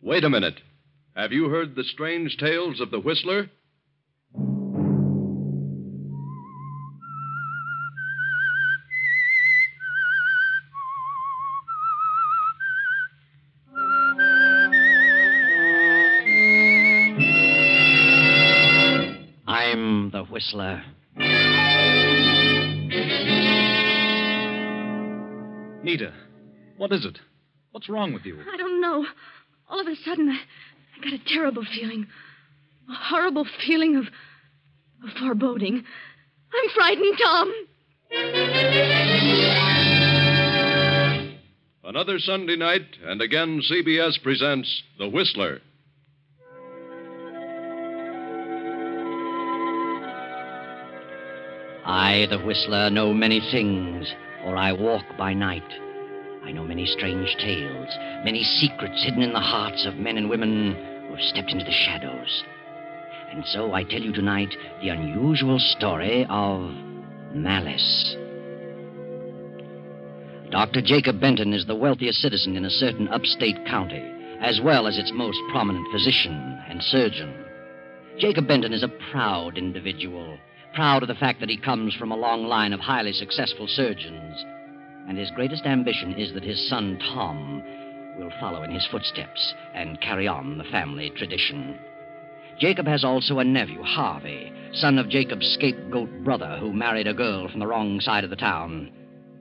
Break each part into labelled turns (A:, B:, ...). A: Wait a minute. Have you heard the strange tales of the Whistler?
B: I'm the Whistler.
C: Nita, what is it? What's wrong with you?
D: I don't know. All of a sudden, I, I got a terrible feeling. A horrible feeling of, of foreboding. I'm frightened, Tom.
A: Another Sunday night, and again CBS presents The Whistler.
B: I, the Whistler, know many things, for I walk by night. I know many strange tales, many secrets hidden in the hearts of men and women who have stepped into the shadows. And so I tell you tonight the unusual story of malice. Dr. Jacob Benton is the wealthiest citizen in a certain upstate county, as well as its most prominent physician and surgeon. Jacob Benton is a proud individual, proud of the fact that he comes from a long line of highly successful surgeons. And his greatest ambition is that his son, Tom, will follow in his footsteps and carry on the family tradition. Jacob has also a nephew, Harvey, son of Jacob's scapegoat brother, who married a girl from the wrong side of the town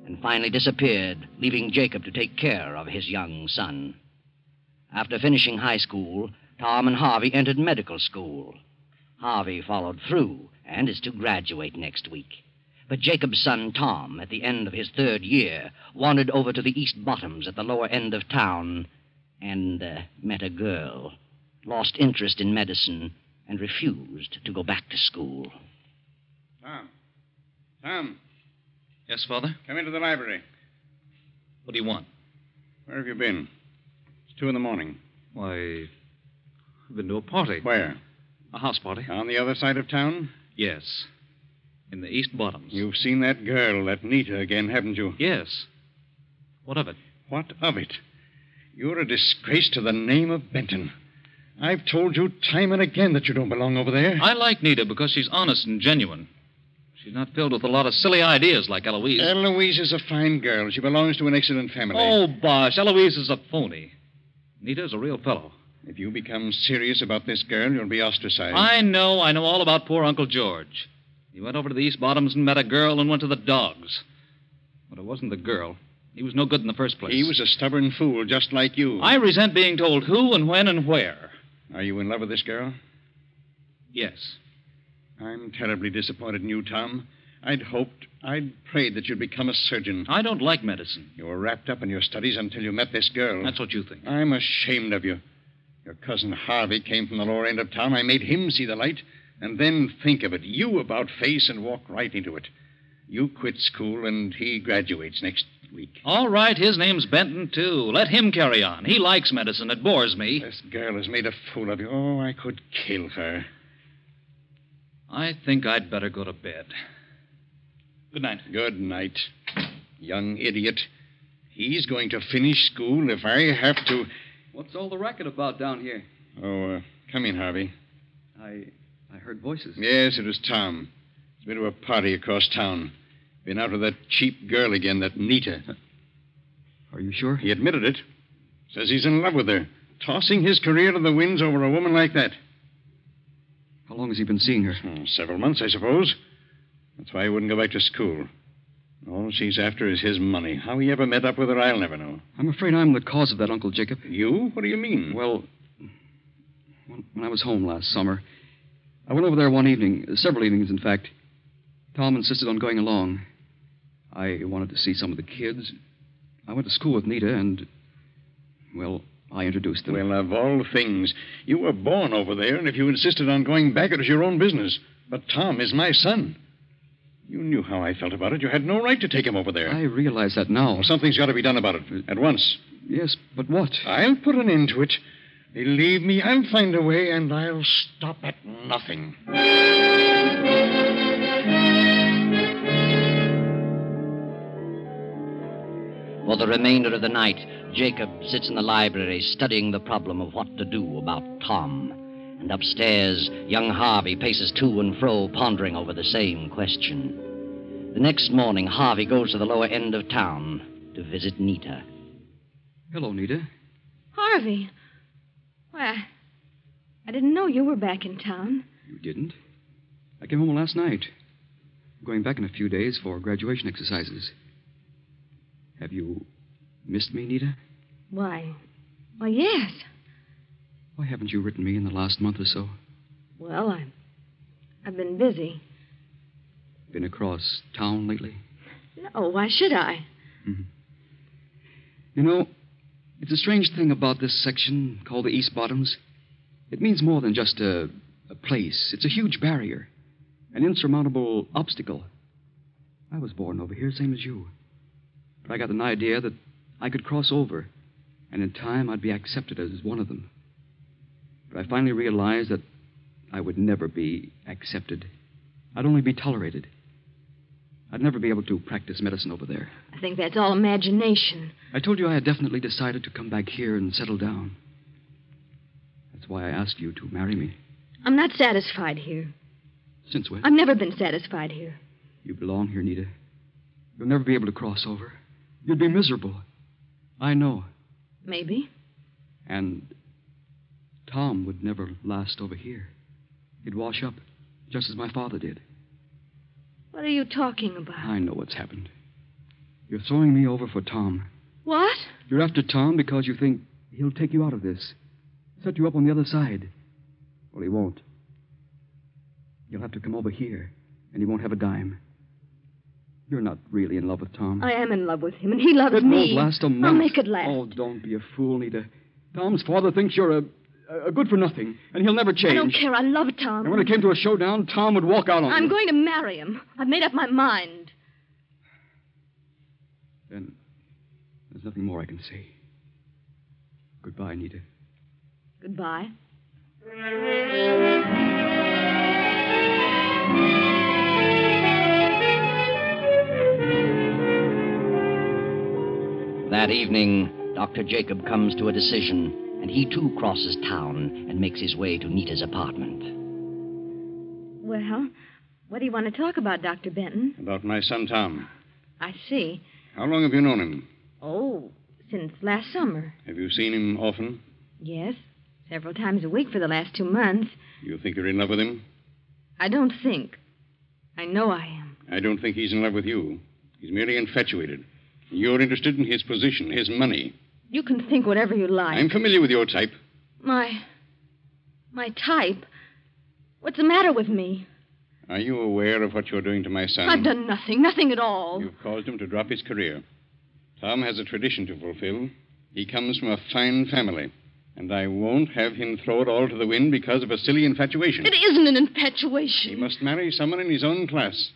B: and finally disappeared, leaving Jacob to take care of his young son. After finishing high school, Tom and Harvey entered medical school. Harvey followed through and is to graduate next week. But Jacob's son Tom, at the end of his third year, wandered over to the East Bottoms at the lower end of town and uh, met a girl, lost interest in medicine, and refused to go back to school.
E: Tom. Tom,
C: Yes, Father?
E: come into the library.
C: What do you want?
E: Where have you been? It's two in the morning.
C: Why, I've been to a party.
E: Where?
C: A house party?
E: On the other side of town?
C: Yes. In the East Bottoms.
E: You've seen that girl, that Nita, again, haven't you?
C: Yes. What of it?
E: What of it? You're a disgrace to the name of Benton. I've told you time and again that you don't belong over there.
C: I like Nita because she's honest and genuine. She's not filled with a lot of silly ideas like Eloise.
E: Eloise Uh, is a fine girl. She belongs to an excellent family.
C: oh, bosh. Eloise is a phony. Nita's a real fellow.
E: If you become serious about this girl, you'll be ostracized.
C: I know, I know all about poor Uncle George. He went over to the East Bottoms and met a girl and went to the dogs. But it wasn't the girl. He was no good in the first place.
E: He was a stubborn fool, just like you.
C: I resent being told who and when and where.
E: Are you in love with this girl?
C: Yes.
E: I'm terribly disappointed in you, Tom. I'd hoped, I'd prayed that you'd become a surgeon.
C: I don't like medicine.
E: You were wrapped up in your studies until you met this girl.
C: That's what you think.
E: I'm ashamed of you. Your cousin Harvey came from the lower end of town. I made him see the light. And then think of it. You about face and walk right into it. You quit school, and he graduates next week.
C: All right, his name's Benton, too. Let him carry on. He likes medicine. It bores me.
E: This girl has made a fool of you. Oh, I could kill her.
C: I think I'd better go to bed. Good night.
E: Good night, young idiot. He's going to finish school if I have to.
F: What's all the racket about down here?
E: Oh, uh, come in, Harvey.
F: I I heard voices.
E: Yes, it was Tom. He's been to a party across town. Been out with that cheap girl again, that Nita.
F: Are you sure?
E: He admitted it. Says he's in love with her. Tossing his career to the winds over a woman like that.
F: How long has he been seeing her?
E: Hmm, several months, I suppose. That's why he wouldn't go back to school. All she's after is his money. How he ever met up with her, I'll never know.
F: I'm afraid I'm the cause of that, Uncle Jacob.
E: You? What do you mean?
F: Well, when when I was home last summer, I went over there one evening, several evenings, in fact. Tom insisted on going along. I wanted to see some of the kids. I went to school with Nita, and Well, I introduced them.
E: Well, of all things, you were born over there, and if you insisted on going back, it was your own business. But Tom is my son. You knew how I felt about it. You had no right to take him over there.
F: I realize that now.
E: Well, something's got to be done about it at once.
F: Yes, but what?
E: I'll put an end to it. Believe me, I'll find a way, and I'll stop at nothing.
B: For the remainder of the night, Jacob sits in the library studying the problem of what to do about Tom. And upstairs, young Harvey paces to and fro, pondering over the same question. The next morning, Harvey goes to the lower end of town to visit Nita.
F: Hello, Nita.
D: Harvey. Why, I didn't know you were back in town.
F: You didn't? I came home last night. I'm going back in a few days for graduation exercises. Have you missed me, Nita?
D: Why? Why, yes.
F: Why haven't you written me in the last month or so?
D: Well, i I've been busy.
F: Been across town lately?
D: No, why should I?
F: You know, it's a strange thing about this section called the East Bottoms. It means more than just a, a place, it's a huge barrier, an insurmountable obstacle. I was born over here, same as you. But I got an idea that I could cross over, and in time I'd be accepted as one of them. But I finally realized that I would never be accepted. I'd only be tolerated. I'd never be able to practice medicine over there.
D: I think that's all imagination.
F: I told you I had definitely decided to come back here and settle down. That's why I asked you to marry me.
D: I'm not satisfied here.
F: Since when?
D: I've never been satisfied here.
F: You belong here, Nita. You'll never be able to cross over. You'd be miserable. I know.
D: Maybe.
F: And Tom would never last over here. He'd wash up, just as my father did.
D: What are you talking about?
F: I know what's happened. You're throwing me over for Tom.
D: What?
F: You're after Tom because you think he'll take you out of this, set you up on the other side. Well, he won't. You'll have to come over here, and he won't have a dime. You're not really in love with Tom.
D: I am in love with him, and he loves
F: it
D: me.
F: won't last a month.
D: I'll make it last.
F: Oh, don't be a fool, Nita. Tom's father thinks you're a, a good for nothing, and he'll never change.
D: I don't care. I love Tom.
F: And when it came to a showdown, Tom would walk out on
D: I'm
F: you.
D: going to marry him. I've made up my mind.
F: Then there's nothing more I can say. Goodbye, Nita.
D: Goodbye.
B: That evening, Dr. Jacob comes to a decision, and he too crosses town and makes his way to Nita's apartment.
D: Well, what do you want to talk about, Dr. Benton?
E: About my son, Tom.
D: I see.
E: How long have you known him?
D: Oh, since last summer.
E: Have you seen him often?
D: Yes, several times a week for the last two months.
E: You think you're in love with him?
D: I don't think. I know I am.
E: I don't think he's in love with you. He's merely infatuated. You're interested in his position, his money.
D: You can think whatever you like.
E: I'm familiar with your type.
D: My. my type. What's the matter with me?
E: Are you aware of what you're doing to my son?
D: I've done nothing, nothing at all.
E: You've caused him to drop his career. Tom has a tradition to fulfill. He comes from a fine family. And I won't have him throw it all to the wind because of a silly infatuation.
D: It isn't an
E: He
D: infatuation.
E: must marry someone in his own class.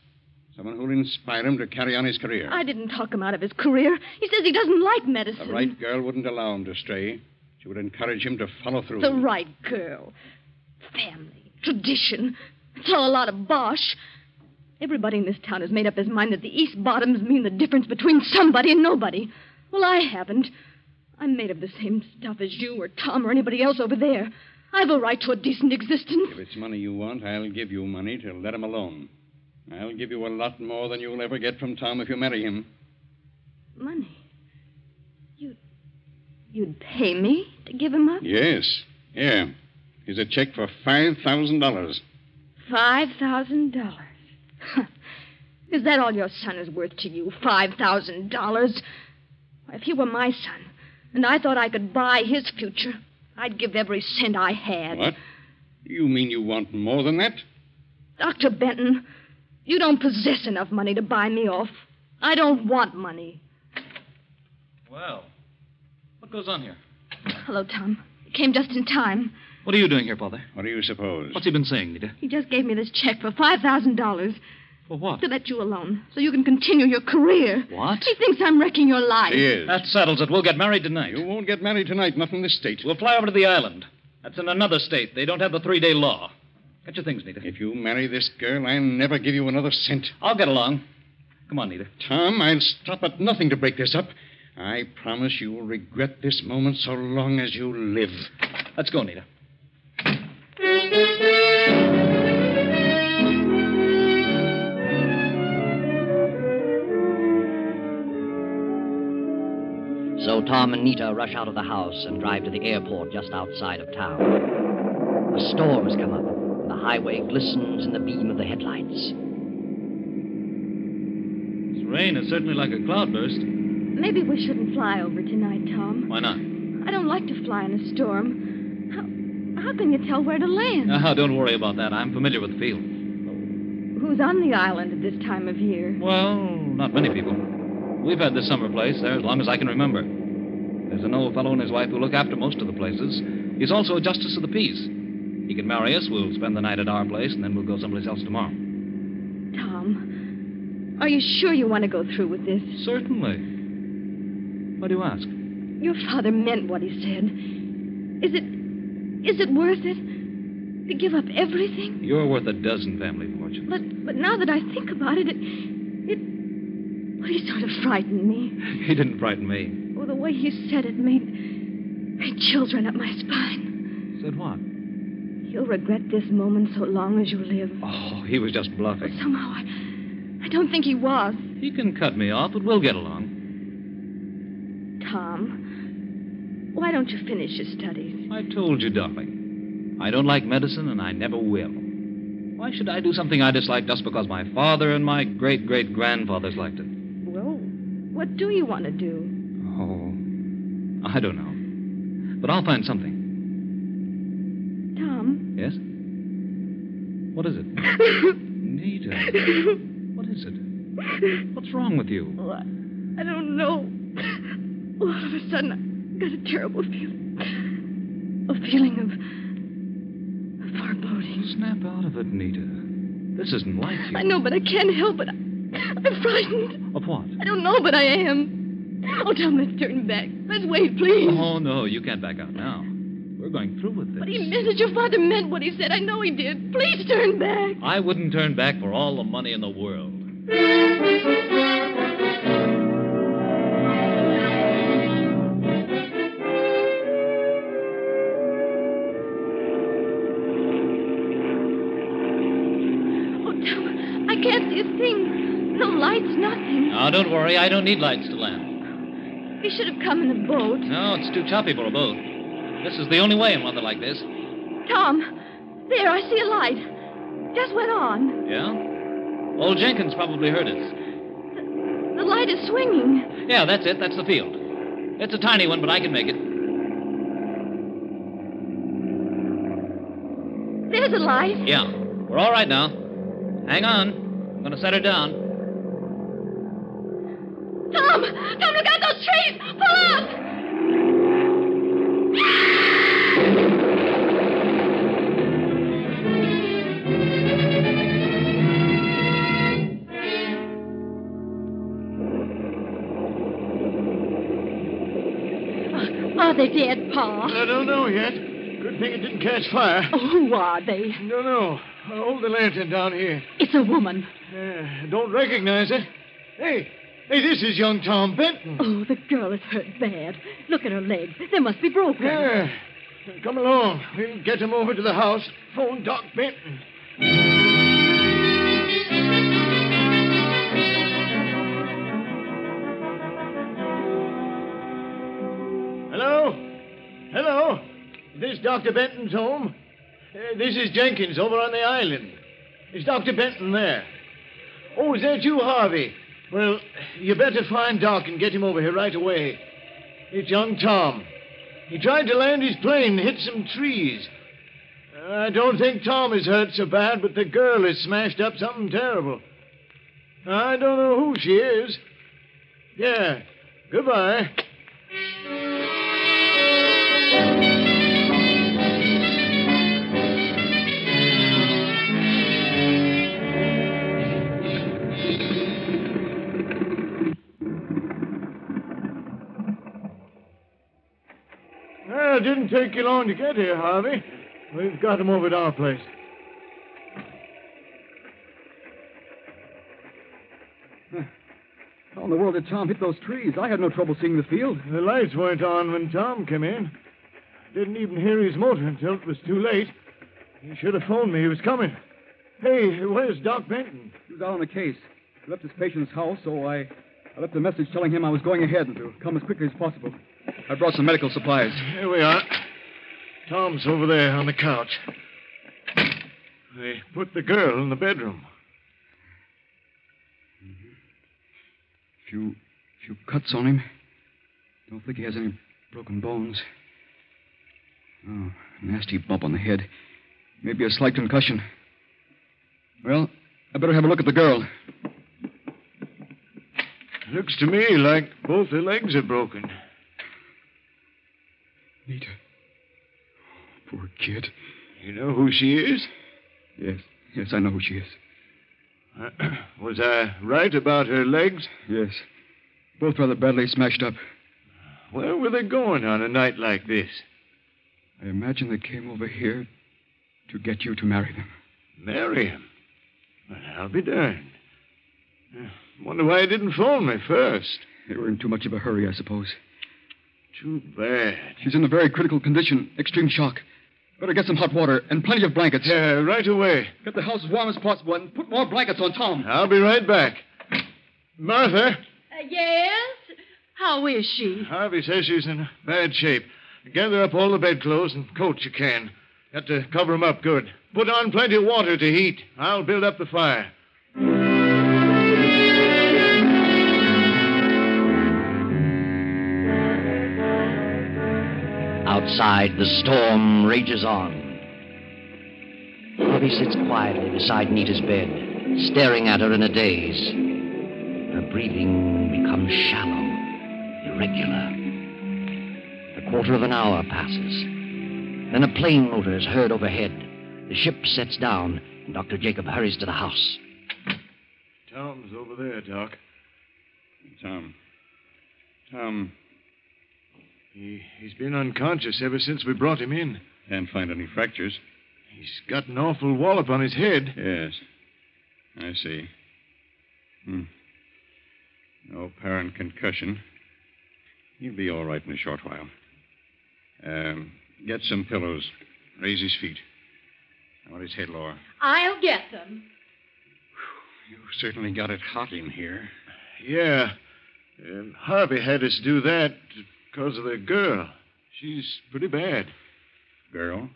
E: Someone who'll inspire him to carry on his career.
D: I didn't talk him out of his career. He says he doesn't like medicine.
E: The right girl wouldn't allow him to stray. She would encourage him to follow through.
D: The right girl. Family. Tradition. It's all a lot of bosh. Everybody in this town has made up his mind that the East Bottoms mean the difference between somebody and nobody. Well, I haven't. I'm made of the same stuff as you or Tom or anybody else over there. I've a right to a decent existence.
E: If it's money you want, I'll give you money to let him alone. I'll give you a lot more than you'll ever get from Tom if you marry him.
D: Money. You, you'd pay me to give him up?
E: Yes. Here. Here's a check for $5,000.
D: Five thousand dollars. Is that all your son is worth to you? Five thousand dollars? If he were my son, and I thought I could buy his future, I'd give every cent I had.
E: What? You mean you want more than that?
D: Dr. Benton, you don't possess enough money to buy me off. I don't want money.
C: Well, what goes on here?
D: Hello, Tom. He came just in time.
E: What are you doing here, Father?
A: What do you suppose?
E: What's he been saying, Nita?
D: He just gave me this check for $5,000
E: For what?
D: to let you alone so you can continue your career.
E: What?
D: He thinks I'm wrecking your life.
A: He is.
E: That settles it. We'll get married tonight.
A: You won't get married tonight, not in this state.
E: We'll fly over to the island. That's in another state. They don't have the three day law. Get your things, Nita.
A: If you marry this girl, I'll never give you another cent.
E: I'll get along. Come on, Nita.
A: Tom, I'll stop at nothing to break this up. I promise you'll regret this moment so long as you live.
E: Let's go, Nita.
B: So Tom and Nita rush out of the house and drive to the airport just outside of town. A storm has come up. and The highway glistens in the beam of the headlights.
E: This rain is certainly like a cloudburst.
D: Maybe we shouldn't fly over tonight, Tom.
E: Why not?
D: I don't like to fly in a storm. How, how can you tell where to land?
E: Ah, don't worry about that. I'm familiar with the field.
D: Who's on the island at this time of year?
E: Well, not many people. We've had this summer place there as long as I can remember. There's an old fellow and his wife who look after most of the places. He's also a justice of the peace. He can marry us. We'll spend the night at our place, and then we'll go someplace else tomorrow.
D: Tom, are you sure you want to go through with this?
E: Certainly. Why do you ask?
D: Your father meant what he said. Is it. is it worth it? To give up everything?
E: You're worth a dozen family fortunes.
D: But, but now that I think about it, it. it. Well, he sort of frightened me.
E: He didn't frighten me.
D: Well, the way he said it made. made chills run up my spine.
E: Said what?
D: You'll regret this moment so long as you live.
E: Oh, he was just bluffing.
D: Somehow, I. I don't think he was.
E: He can cut me off, but we'll get along.
D: Tom, why don't you finish your studies?
E: I told you, darling. I don't like medicine, and I never will. Why should I do something I dislike just because my father and my great great grandfathers liked it?
D: Well, what do you want to do?
E: Oh, I don't know. But I'll find something.
D: Tom,
E: Yes? What is it? Nita. What is it? What's wrong with you?
D: Well, I, I don't know. All of a sudden, I got a terrible feeling. A feeling of, of foreboding.
E: Snap out of it, Nita. This isn't like you.
D: I know, but I can't help it. I, I'm frightened.
E: Of what?
D: I don't know, but I am. Oh, Tom, let's turn back. Let's wait, please.
E: Oh, no, you can't back out now. We're going through with this.
D: But he meant it. Your father meant what he said. I know he did. Please turn back.
E: I wouldn't turn back for all the money in the world.
D: Oh, Tom, I can't see a thing. No lights, nothing.
E: Now, don't worry. I don't need lights to land.
D: He should have come in a boat.
E: No, it's too choppy for a boat. This is the only way in weather like this.
D: Tom, there, I see a light. Just went on.
E: Yeah? Old Jenkins probably heard us.
D: The light is swinging.
E: Yeah, that's it. That's the field. It's a tiny one, but I can make it.
D: There's a light.
E: Yeah. We're all right now. Hang on. I'm going to set her down.
D: Tom! Tom, look out those trees! Pull up! Ah, Are they dead, Pa?
A: I don't know yet. Good thing it didn't catch fire.
D: Oh, who are they?
A: No, no. Uh, Hold the lantern down here.
D: It's a woman.
A: Uh, don't recognize it. Hey, hey, this is young Tom
E: Hmm.
A: Benton.
D: Oh, the girl is hurt bad. Look at her legs. They must be broken.
A: Yeah. Uh, Come along. We'll get him over to the house. Phone Doc Benton. Hello? Hello? This Dr. Benton's home? Uh, this is Jenkins over on the island. Is Dr. Benton there? Oh, is that you, Harvey? Well, you better find Doc and get him over here right away. It's young Tom. He tried to land his plane and hit some trees. Uh, I don't think Tom is hurt so bad, but the girl has smashed up something terrible. I don't know who she is. Yeah. Goodbye. Well, it didn't take you long to get here, Harvey. We've got him over at our place.
C: How in the world did Tom hit those trees? I had no trouble seeing the field.
A: The lights weren't on when Tom came in. Didn't even hear his motor until it was too late. He should have phoned me he was coming. Hey, where's Doc Benton?
C: He was out on a case. He left his patient's house, so I, I left a message telling him I was going ahead and to come as quickly as possible. I brought some medical supplies.
A: Here we are. Tom's over there on the couch. They put the girl in the bedroom.
C: Few, few cuts on him. Don't think he has any broken bones. Oh, nasty bump on the head. Maybe a slight concussion. Well, I better have a look at the girl.
A: Looks to me like both her legs are broken.
C: Nita. Poor kid.
A: You know who she is?
C: Yes, yes, I know who she is.
A: Was I right about her legs?
C: Yes. Both rather badly smashed up.
A: Where were they going on a night like this?
C: I imagine they came over here to get you to marry them.
A: Marry him? Well, I'll be darned. Wonder why he didn't phone me first.
C: They were in too much of a hurry, I suppose.
A: Too bad.
C: She's in a very critical condition, extreme shock. Better get some hot water and plenty of blankets.
A: Yeah, right away.
C: Get the house as warm as possible and put more blankets on Tom.
A: I'll be right back. Martha,
D: Uh, yes? How is she?
A: Harvey says she's in bad shape. Gather up all the bedclothes and coat you can. Got to cover 'em up good. Put on plenty of water to heat. I'll build up the fire.
B: Outside, the storm rages on. Harvey sits quietly beside Nita's bed, staring at her in a daze. Her breathing becomes shallow, irregular. A quarter of an hour passes. Then a plane motor is heard overhead. The ship sets down, and Dr. Jacob hurries to the house.
A: Tom's over there, Doc.
E: Tom. Tom,
A: He, he's been unconscious ever since we brought him in.
E: can't find any fractures.
A: He's got an awful wallop on his head.
E: Yes. I see. Hmm. No apparent concussion. He'll be all right in a short while. Um, get some pillows. Raise his feet. I want his head lower.
D: I'll get them.
E: You certainly got it hot in here.
A: Yeah. Um, Harvey had us do that because of the girl. She's pretty bad.
E: Girl?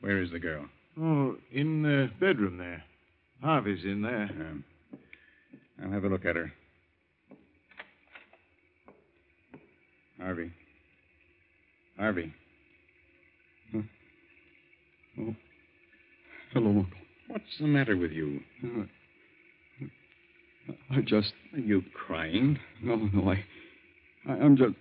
E: Where is the girl?
A: Oh, in the bedroom there. Harvey's in there.
E: Um, I'll have a look at her. Harvey. Harvey.
C: Hello, Uncle.
E: Oh. What's the matter with you?
C: Uh, I just.
E: Are you crying?
C: No, no, I. I I'm just.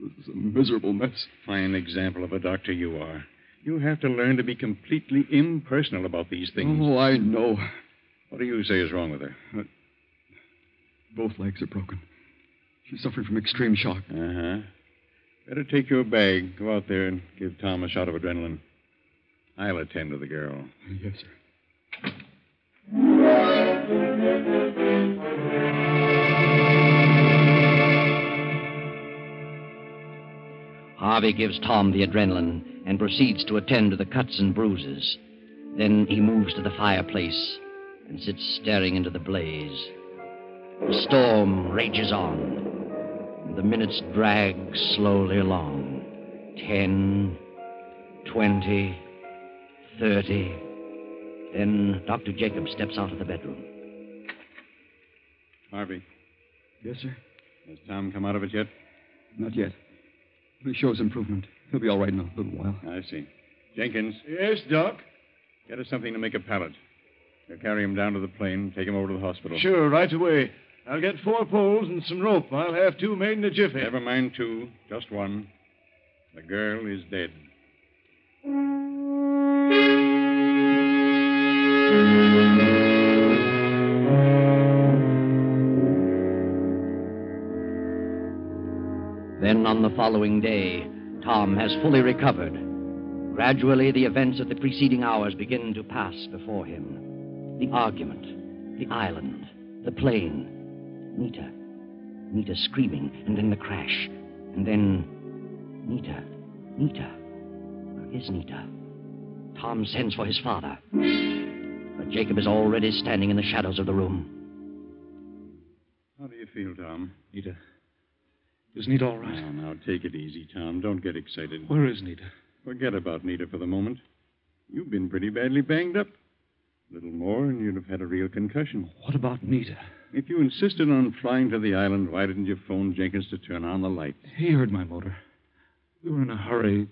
C: This is a miserable mess.
E: Fine example of a doctor you are. You have to learn to be completely impersonal about these things.
C: Oh, I know.
E: What do you say is wrong with her?
C: Both legs are broken. She's suffering from extreme shock. Uh-huh.
E: Uh huh. Better take your bag, go out there, and give Tom a shot of adrenaline. I'll attend to the girl.
A: Uh,
C: Yes, sir.
B: Harvey gives Tom the adrenaline and proceeds to attend to the cuts and bruises. Then he moves to the fireplace and sits staring into the blaze. The storm rages on. The minutes drag slowly along. Ten, twenty, thirty. Then Dr. Jacob steps out of the bedroom.
E: Harvey,
C: Yes, sir.
E: has Tom come out of it yet?
C: Not yet. But he shows improvement. He'll be all right in a little while.
E: I see. Jenkins,
A: Yes, Doc.
E: get us something to make a pallet. We'll carry him down to the plane, take him over to the hospital.
A: Sure, right away. I'll get four poles and some rope. I'll have two made in a jiffy.
E: Never mind two, just one. The girl is dead.
B: Then on the following day, Tom has fully recovered. Gradually, the events of the preceding hours begin to pass before him the argument, the island, the plane, Nita. Nita screaming, and then the crash. And then. Nita. Nita. Where is Nita? Tom sends for his father. But Jacob is already standing in the shadows of the room.
E: How do you feel, Tom?
C: Nita. Is Nita all right?
E: Now, now, take it easy, Tom. Don't get excited.
C: Where is Nita?
E: Forget about Nita for the moment. You've been pretty badly banged up. A little more, and you'd have had a real concussion.
C: What about Nita?
E: If you insisted on flying to the island, why didn't you phone Jenkins to turn on the light?
C: He heard my motor. We were in a hurry.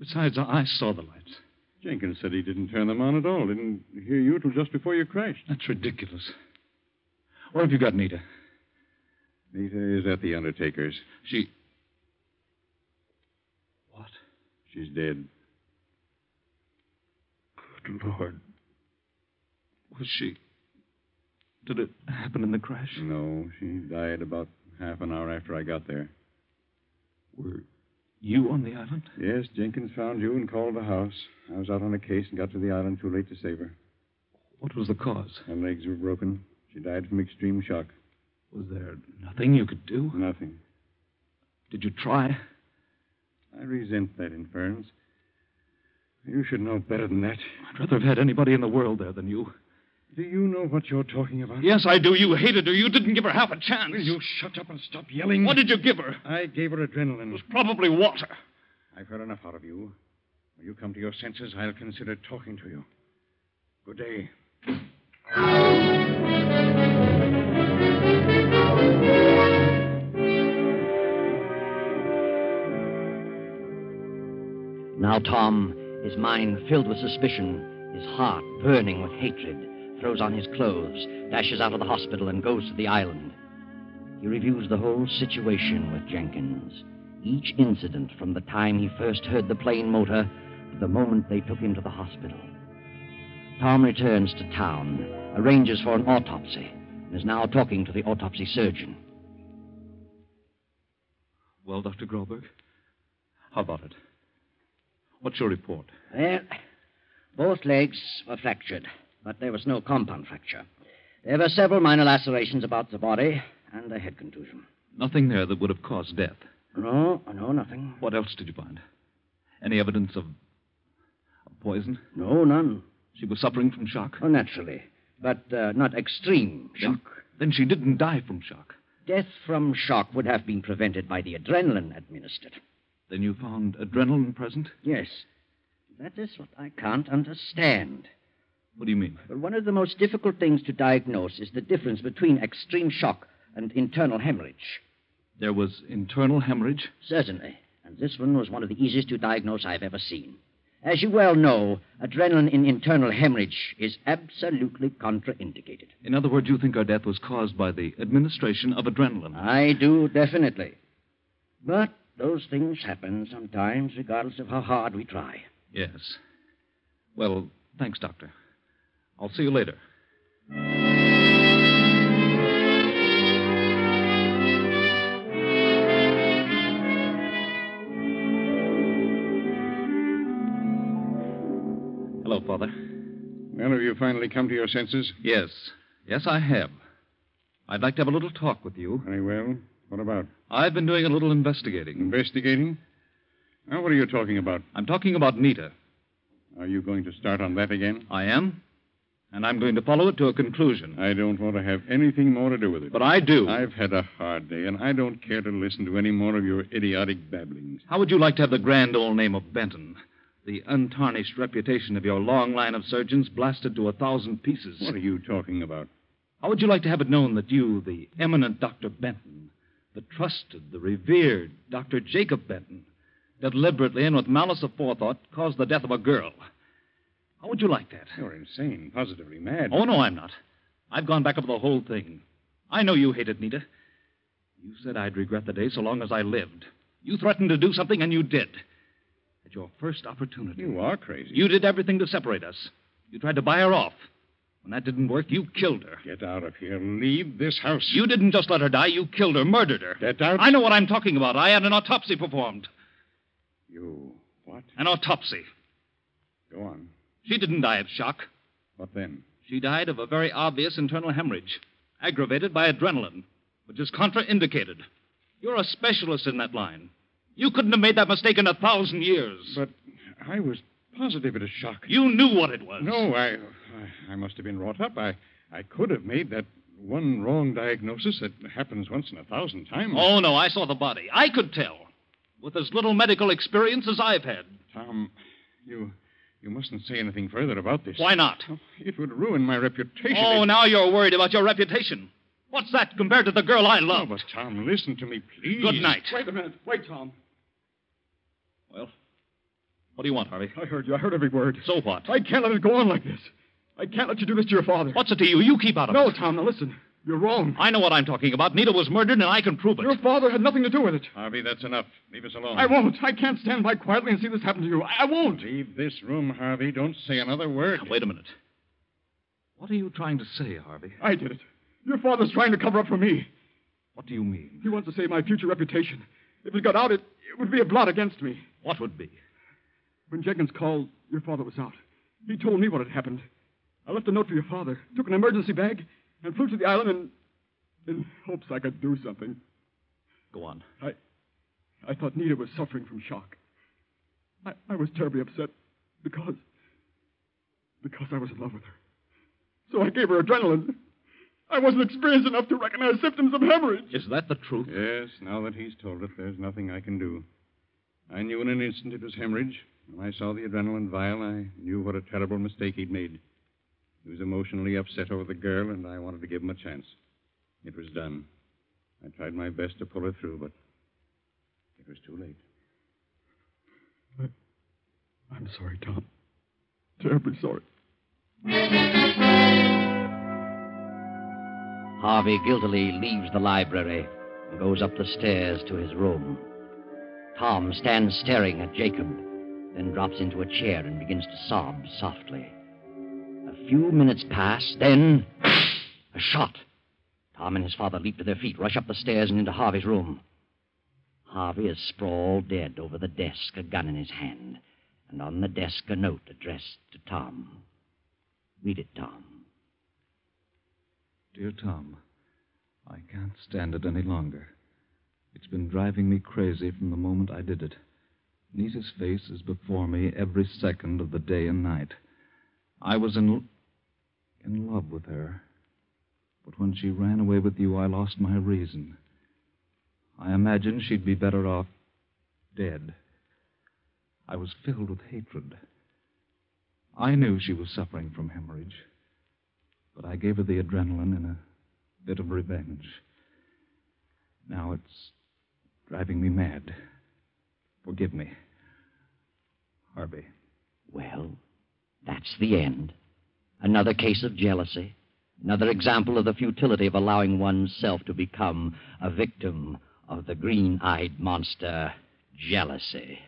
C: Besides, I I saw the lights.
E: Jenkins said he didn't turn them on at all. Didn't hear you till just before you crashed.
C: That's ridiculous. Where have you got Nita?
E: Nita is at the undertaker's.
C: She. What?
E: She's dead.
C: Good Lord. Was she. Did it happen in the crash?
E: No, she died about half an hour after I got there.
C: Were you on the island?
E: Yes, Jenkins found you and called the house. I was out on a case and got to the island too late to save her.
C: What was the cause?
E: Her legs were broken. She died from extreme shock.
C: Was there nothing you could do?
E: Nothing.
C: Did you try?
E: I resent that inference. You should know better than that.
C: I'd rather have had anybody in the world there than you.
E: Do you know what you're talking about?
C: Yes, I do. You hated her. You didn't give her half a chance.
E: Will you shut up and stop yelling?
C: What did you give her?
E: I gave her adrenaline.
C: Probably water.
E: I've heard enough out of you. When you come to your senses, I'll consider talking to you. Good day.
B: Now, Tom, his mind filled with suspicion, his heart burning with hatred, throws on his clothes, dashes out of the hospital, and goes to the island. He reviews the whole situation with Jenkins. Each incident from the time he first heard the plane motor to the moment they took him to the hospital. Tom returns to town, arranges for an autopsy, and is now talking to the autopsy surgeon.
C: Well, Dr. Groberg, how about it? What's your report?
B: Well, both legs were fractured, but there was no compound fracture. There were several minor lacerations about the body and a head contusion.
C: Nothing there that would have caused death.
B: No, no, nothing.
C: What else did you find? Any evidence of, of poison?
B: No, none.
C: She was suffering from shock.
B: Oh, naturally, but uh, not extreme shock.
C: Then she didn't die from shock.
B: Death from shock would have been prevented by the adrenaline administered.
C: Then you found adrenaline present?
B: Yes. That is what I can't understand.
C: What do you mean?
B: But one of the most difficult things to diagnose is the difference between extreme shock and internal hemorrhage.
C: There was internal hemorrhage.
B: Certainly. And this one was one of the easiest to diagnose I've ever seen. As you well know, adrenaline in internal hemorrhage is absolutely contraindicated.
C: In other words, you think her death was caused by the administration of adrenaline.
B: I do, definitely. But those things happen sometimes, regardless of how hard we try.
C: Yes. Well, thanks, Doctor. I'll see you later. Hello, Father.
E: Well, have you finally come to your senses?
C: Yes. Yes, I have. I'd like to have a little talk with you.
E: Very well. What about?
C: I've been doing a little investigating.
E: Investigating? Now, what are you talking about?
C: I'm talking about Nita.
E: Are you going to start on that again?
C: I am, and I'm going to follow it to a conclusion.
E: I don't want to have anything more to do with it.
C: But I do.
E: I've had a hard day, and I don't care to listen to any more of your idiotic babblings.
C: How would you like to have the grand old name of Benton, the untarnished reputation of your long line of surgeons, blasted to a thousand pieces?
E: What are you talking about?
C: How would you like to have it known that you, the eminent Dr. Benton, the trusted, the revered Dr. Jacob Benton, deliberately and with malice aforethought caused the death of a girl? How would you like that?
E: You're insane, positively mad.
C: Oh, no, I'm not. I've gone back over the whole thing. I know you hated Nita. You said I'd regret the day so long as I lived. You threatened to do something, and you did. At your first opportunity.
E: You are crazy.
C: You did everything to separate us. You tried to buy her off. When that didn't work, you killed her.
E: Get out of here. Leave this house.
C: You didn't just let her die, you killed her, murdered her.
E: Get out.
C: I know what I'm talking about. I had an autopsy performed.
E: You. What?
C: An autopsy.
E: Go on.
C: She didn't die of shock.
E: What then?
C: She died of a very obvious internal hemorrhage, aggravated by adrenaline, which is contraindicated. You're a specialist in that line. You couldn't have made that mistake in a thousand years.
E: But I was positive it was shock.
C: you knew what it was.
E: No, I, I. I must have been wrought up. I. I could have made that one wrong diagnosis that happens once in a thousand times.
C: Oh, no, I saw the body. I could tell. With as little medical experience as I've had.
E: Tom, you. You mustn't say anything further about this.
C: Why not?
E: It would ruin my reputation.
C: Oh,
E: It-
C: now you're worried about your reputation. What's that compared to the girl I
E: Oh,
C: love?
E: but Tom, listen to me, please.
C: Good night.
G: Wait a minute. Wait, Tom.
C: Well, what do you want, Harvey?
G: I heard you. I heard every word.
C: So what?
G: I can't let it go on like this. I can't let you do this to your father.
C: What's it to you? You keep out of
G: No,
C: it.
G: Tom, now listen. You're wrong.
C: I know what I'm talking about. Nita was murdered, and I can prove it.
G: Your father had nothing to do with it.
E: Harvey, that's enough. Leave us alone.
G: I won't. I can't stand by quietly and see this happen to you. I I won't.
E: Leave this room, Harvey. Don't say another word.
C: Wait a minute. What are you trying to say, Harvey?
G: I did it. Your father's trying to cover up for me.
C: What do you mean?
G: He wants to save my future reputation. If it got out, it, it would be a blot against me.
C: What would be?
G: When Jenkins called, your father was out. He told me what had happened. I left a note for your father, took an emergency bag, and flew to the island in, in hopes I could do something.
C: Go on.
G: I, I thought Nita was suffering from shock. I, I was terribly upset because, because I was in love with her. So I gave her adrenaline. I wasn't experienced enough to recognize symptoms of hemorrhage.
C: Is that the truth?
E: Yes, now that he's told it, there's nothing I can do. I knew in an instant it was hemorrhage. When I saw the adrenaline vial, I knew what a terrible mistake he'd made. He was emotionally upset over the girl, and I wanted to give him a chance. It was done. I tried my best to pull her through, but it was too late.
G: I'm sorry, Tom. Terribly sorry.
B: Harvey guiltily leaves the library and goes up the stairs to his room. Tom stands staring at Jacob, then drops into a chair and begins to sob softly. A few minutes pass, then a shot. Tom and his father leap to their feet, rush up the stairs and into Harvey's room. Harvey is sprawled dead over the desk, a gun in his hand, and on the desk a note addressed to Tom. Read it, Tom.
C: Dear Tom, I can't stand it any longer. It's been driving me crazy from the moment I did it. Nita's face is before me every second of the day and night. I was in in love with her. But when she ran away with you, I lost my reason. I imagined she'd be better off dead. I was filled with hatred. I knew she was suffering from hemorrhage but I gave her the adrenaline and a bit of revenge. Now it's driving me mad. Forgive me. Harvey.
B: Well, that's the end. Another case of jealousy. Another example of the futility of allowing oneself to become a victim of the green eyed monster, jealousy.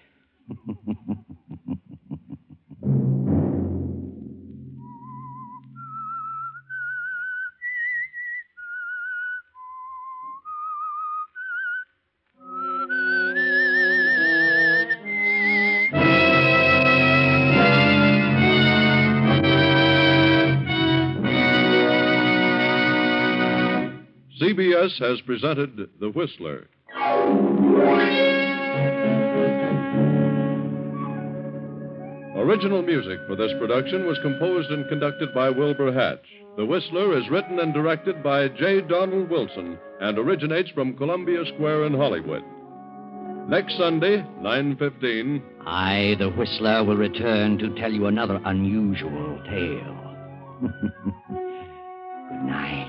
A: CBS has presented The Whistler. Original music for this production was composed and conducted by Wilbur Hatch. The Whistler is written and directed by J. Donald Wilson and originates from Columbia Square in Hollywood. Next Sunday, 9:15,
B: I, the Whistler, will return to tell you another unusual tale. Good night.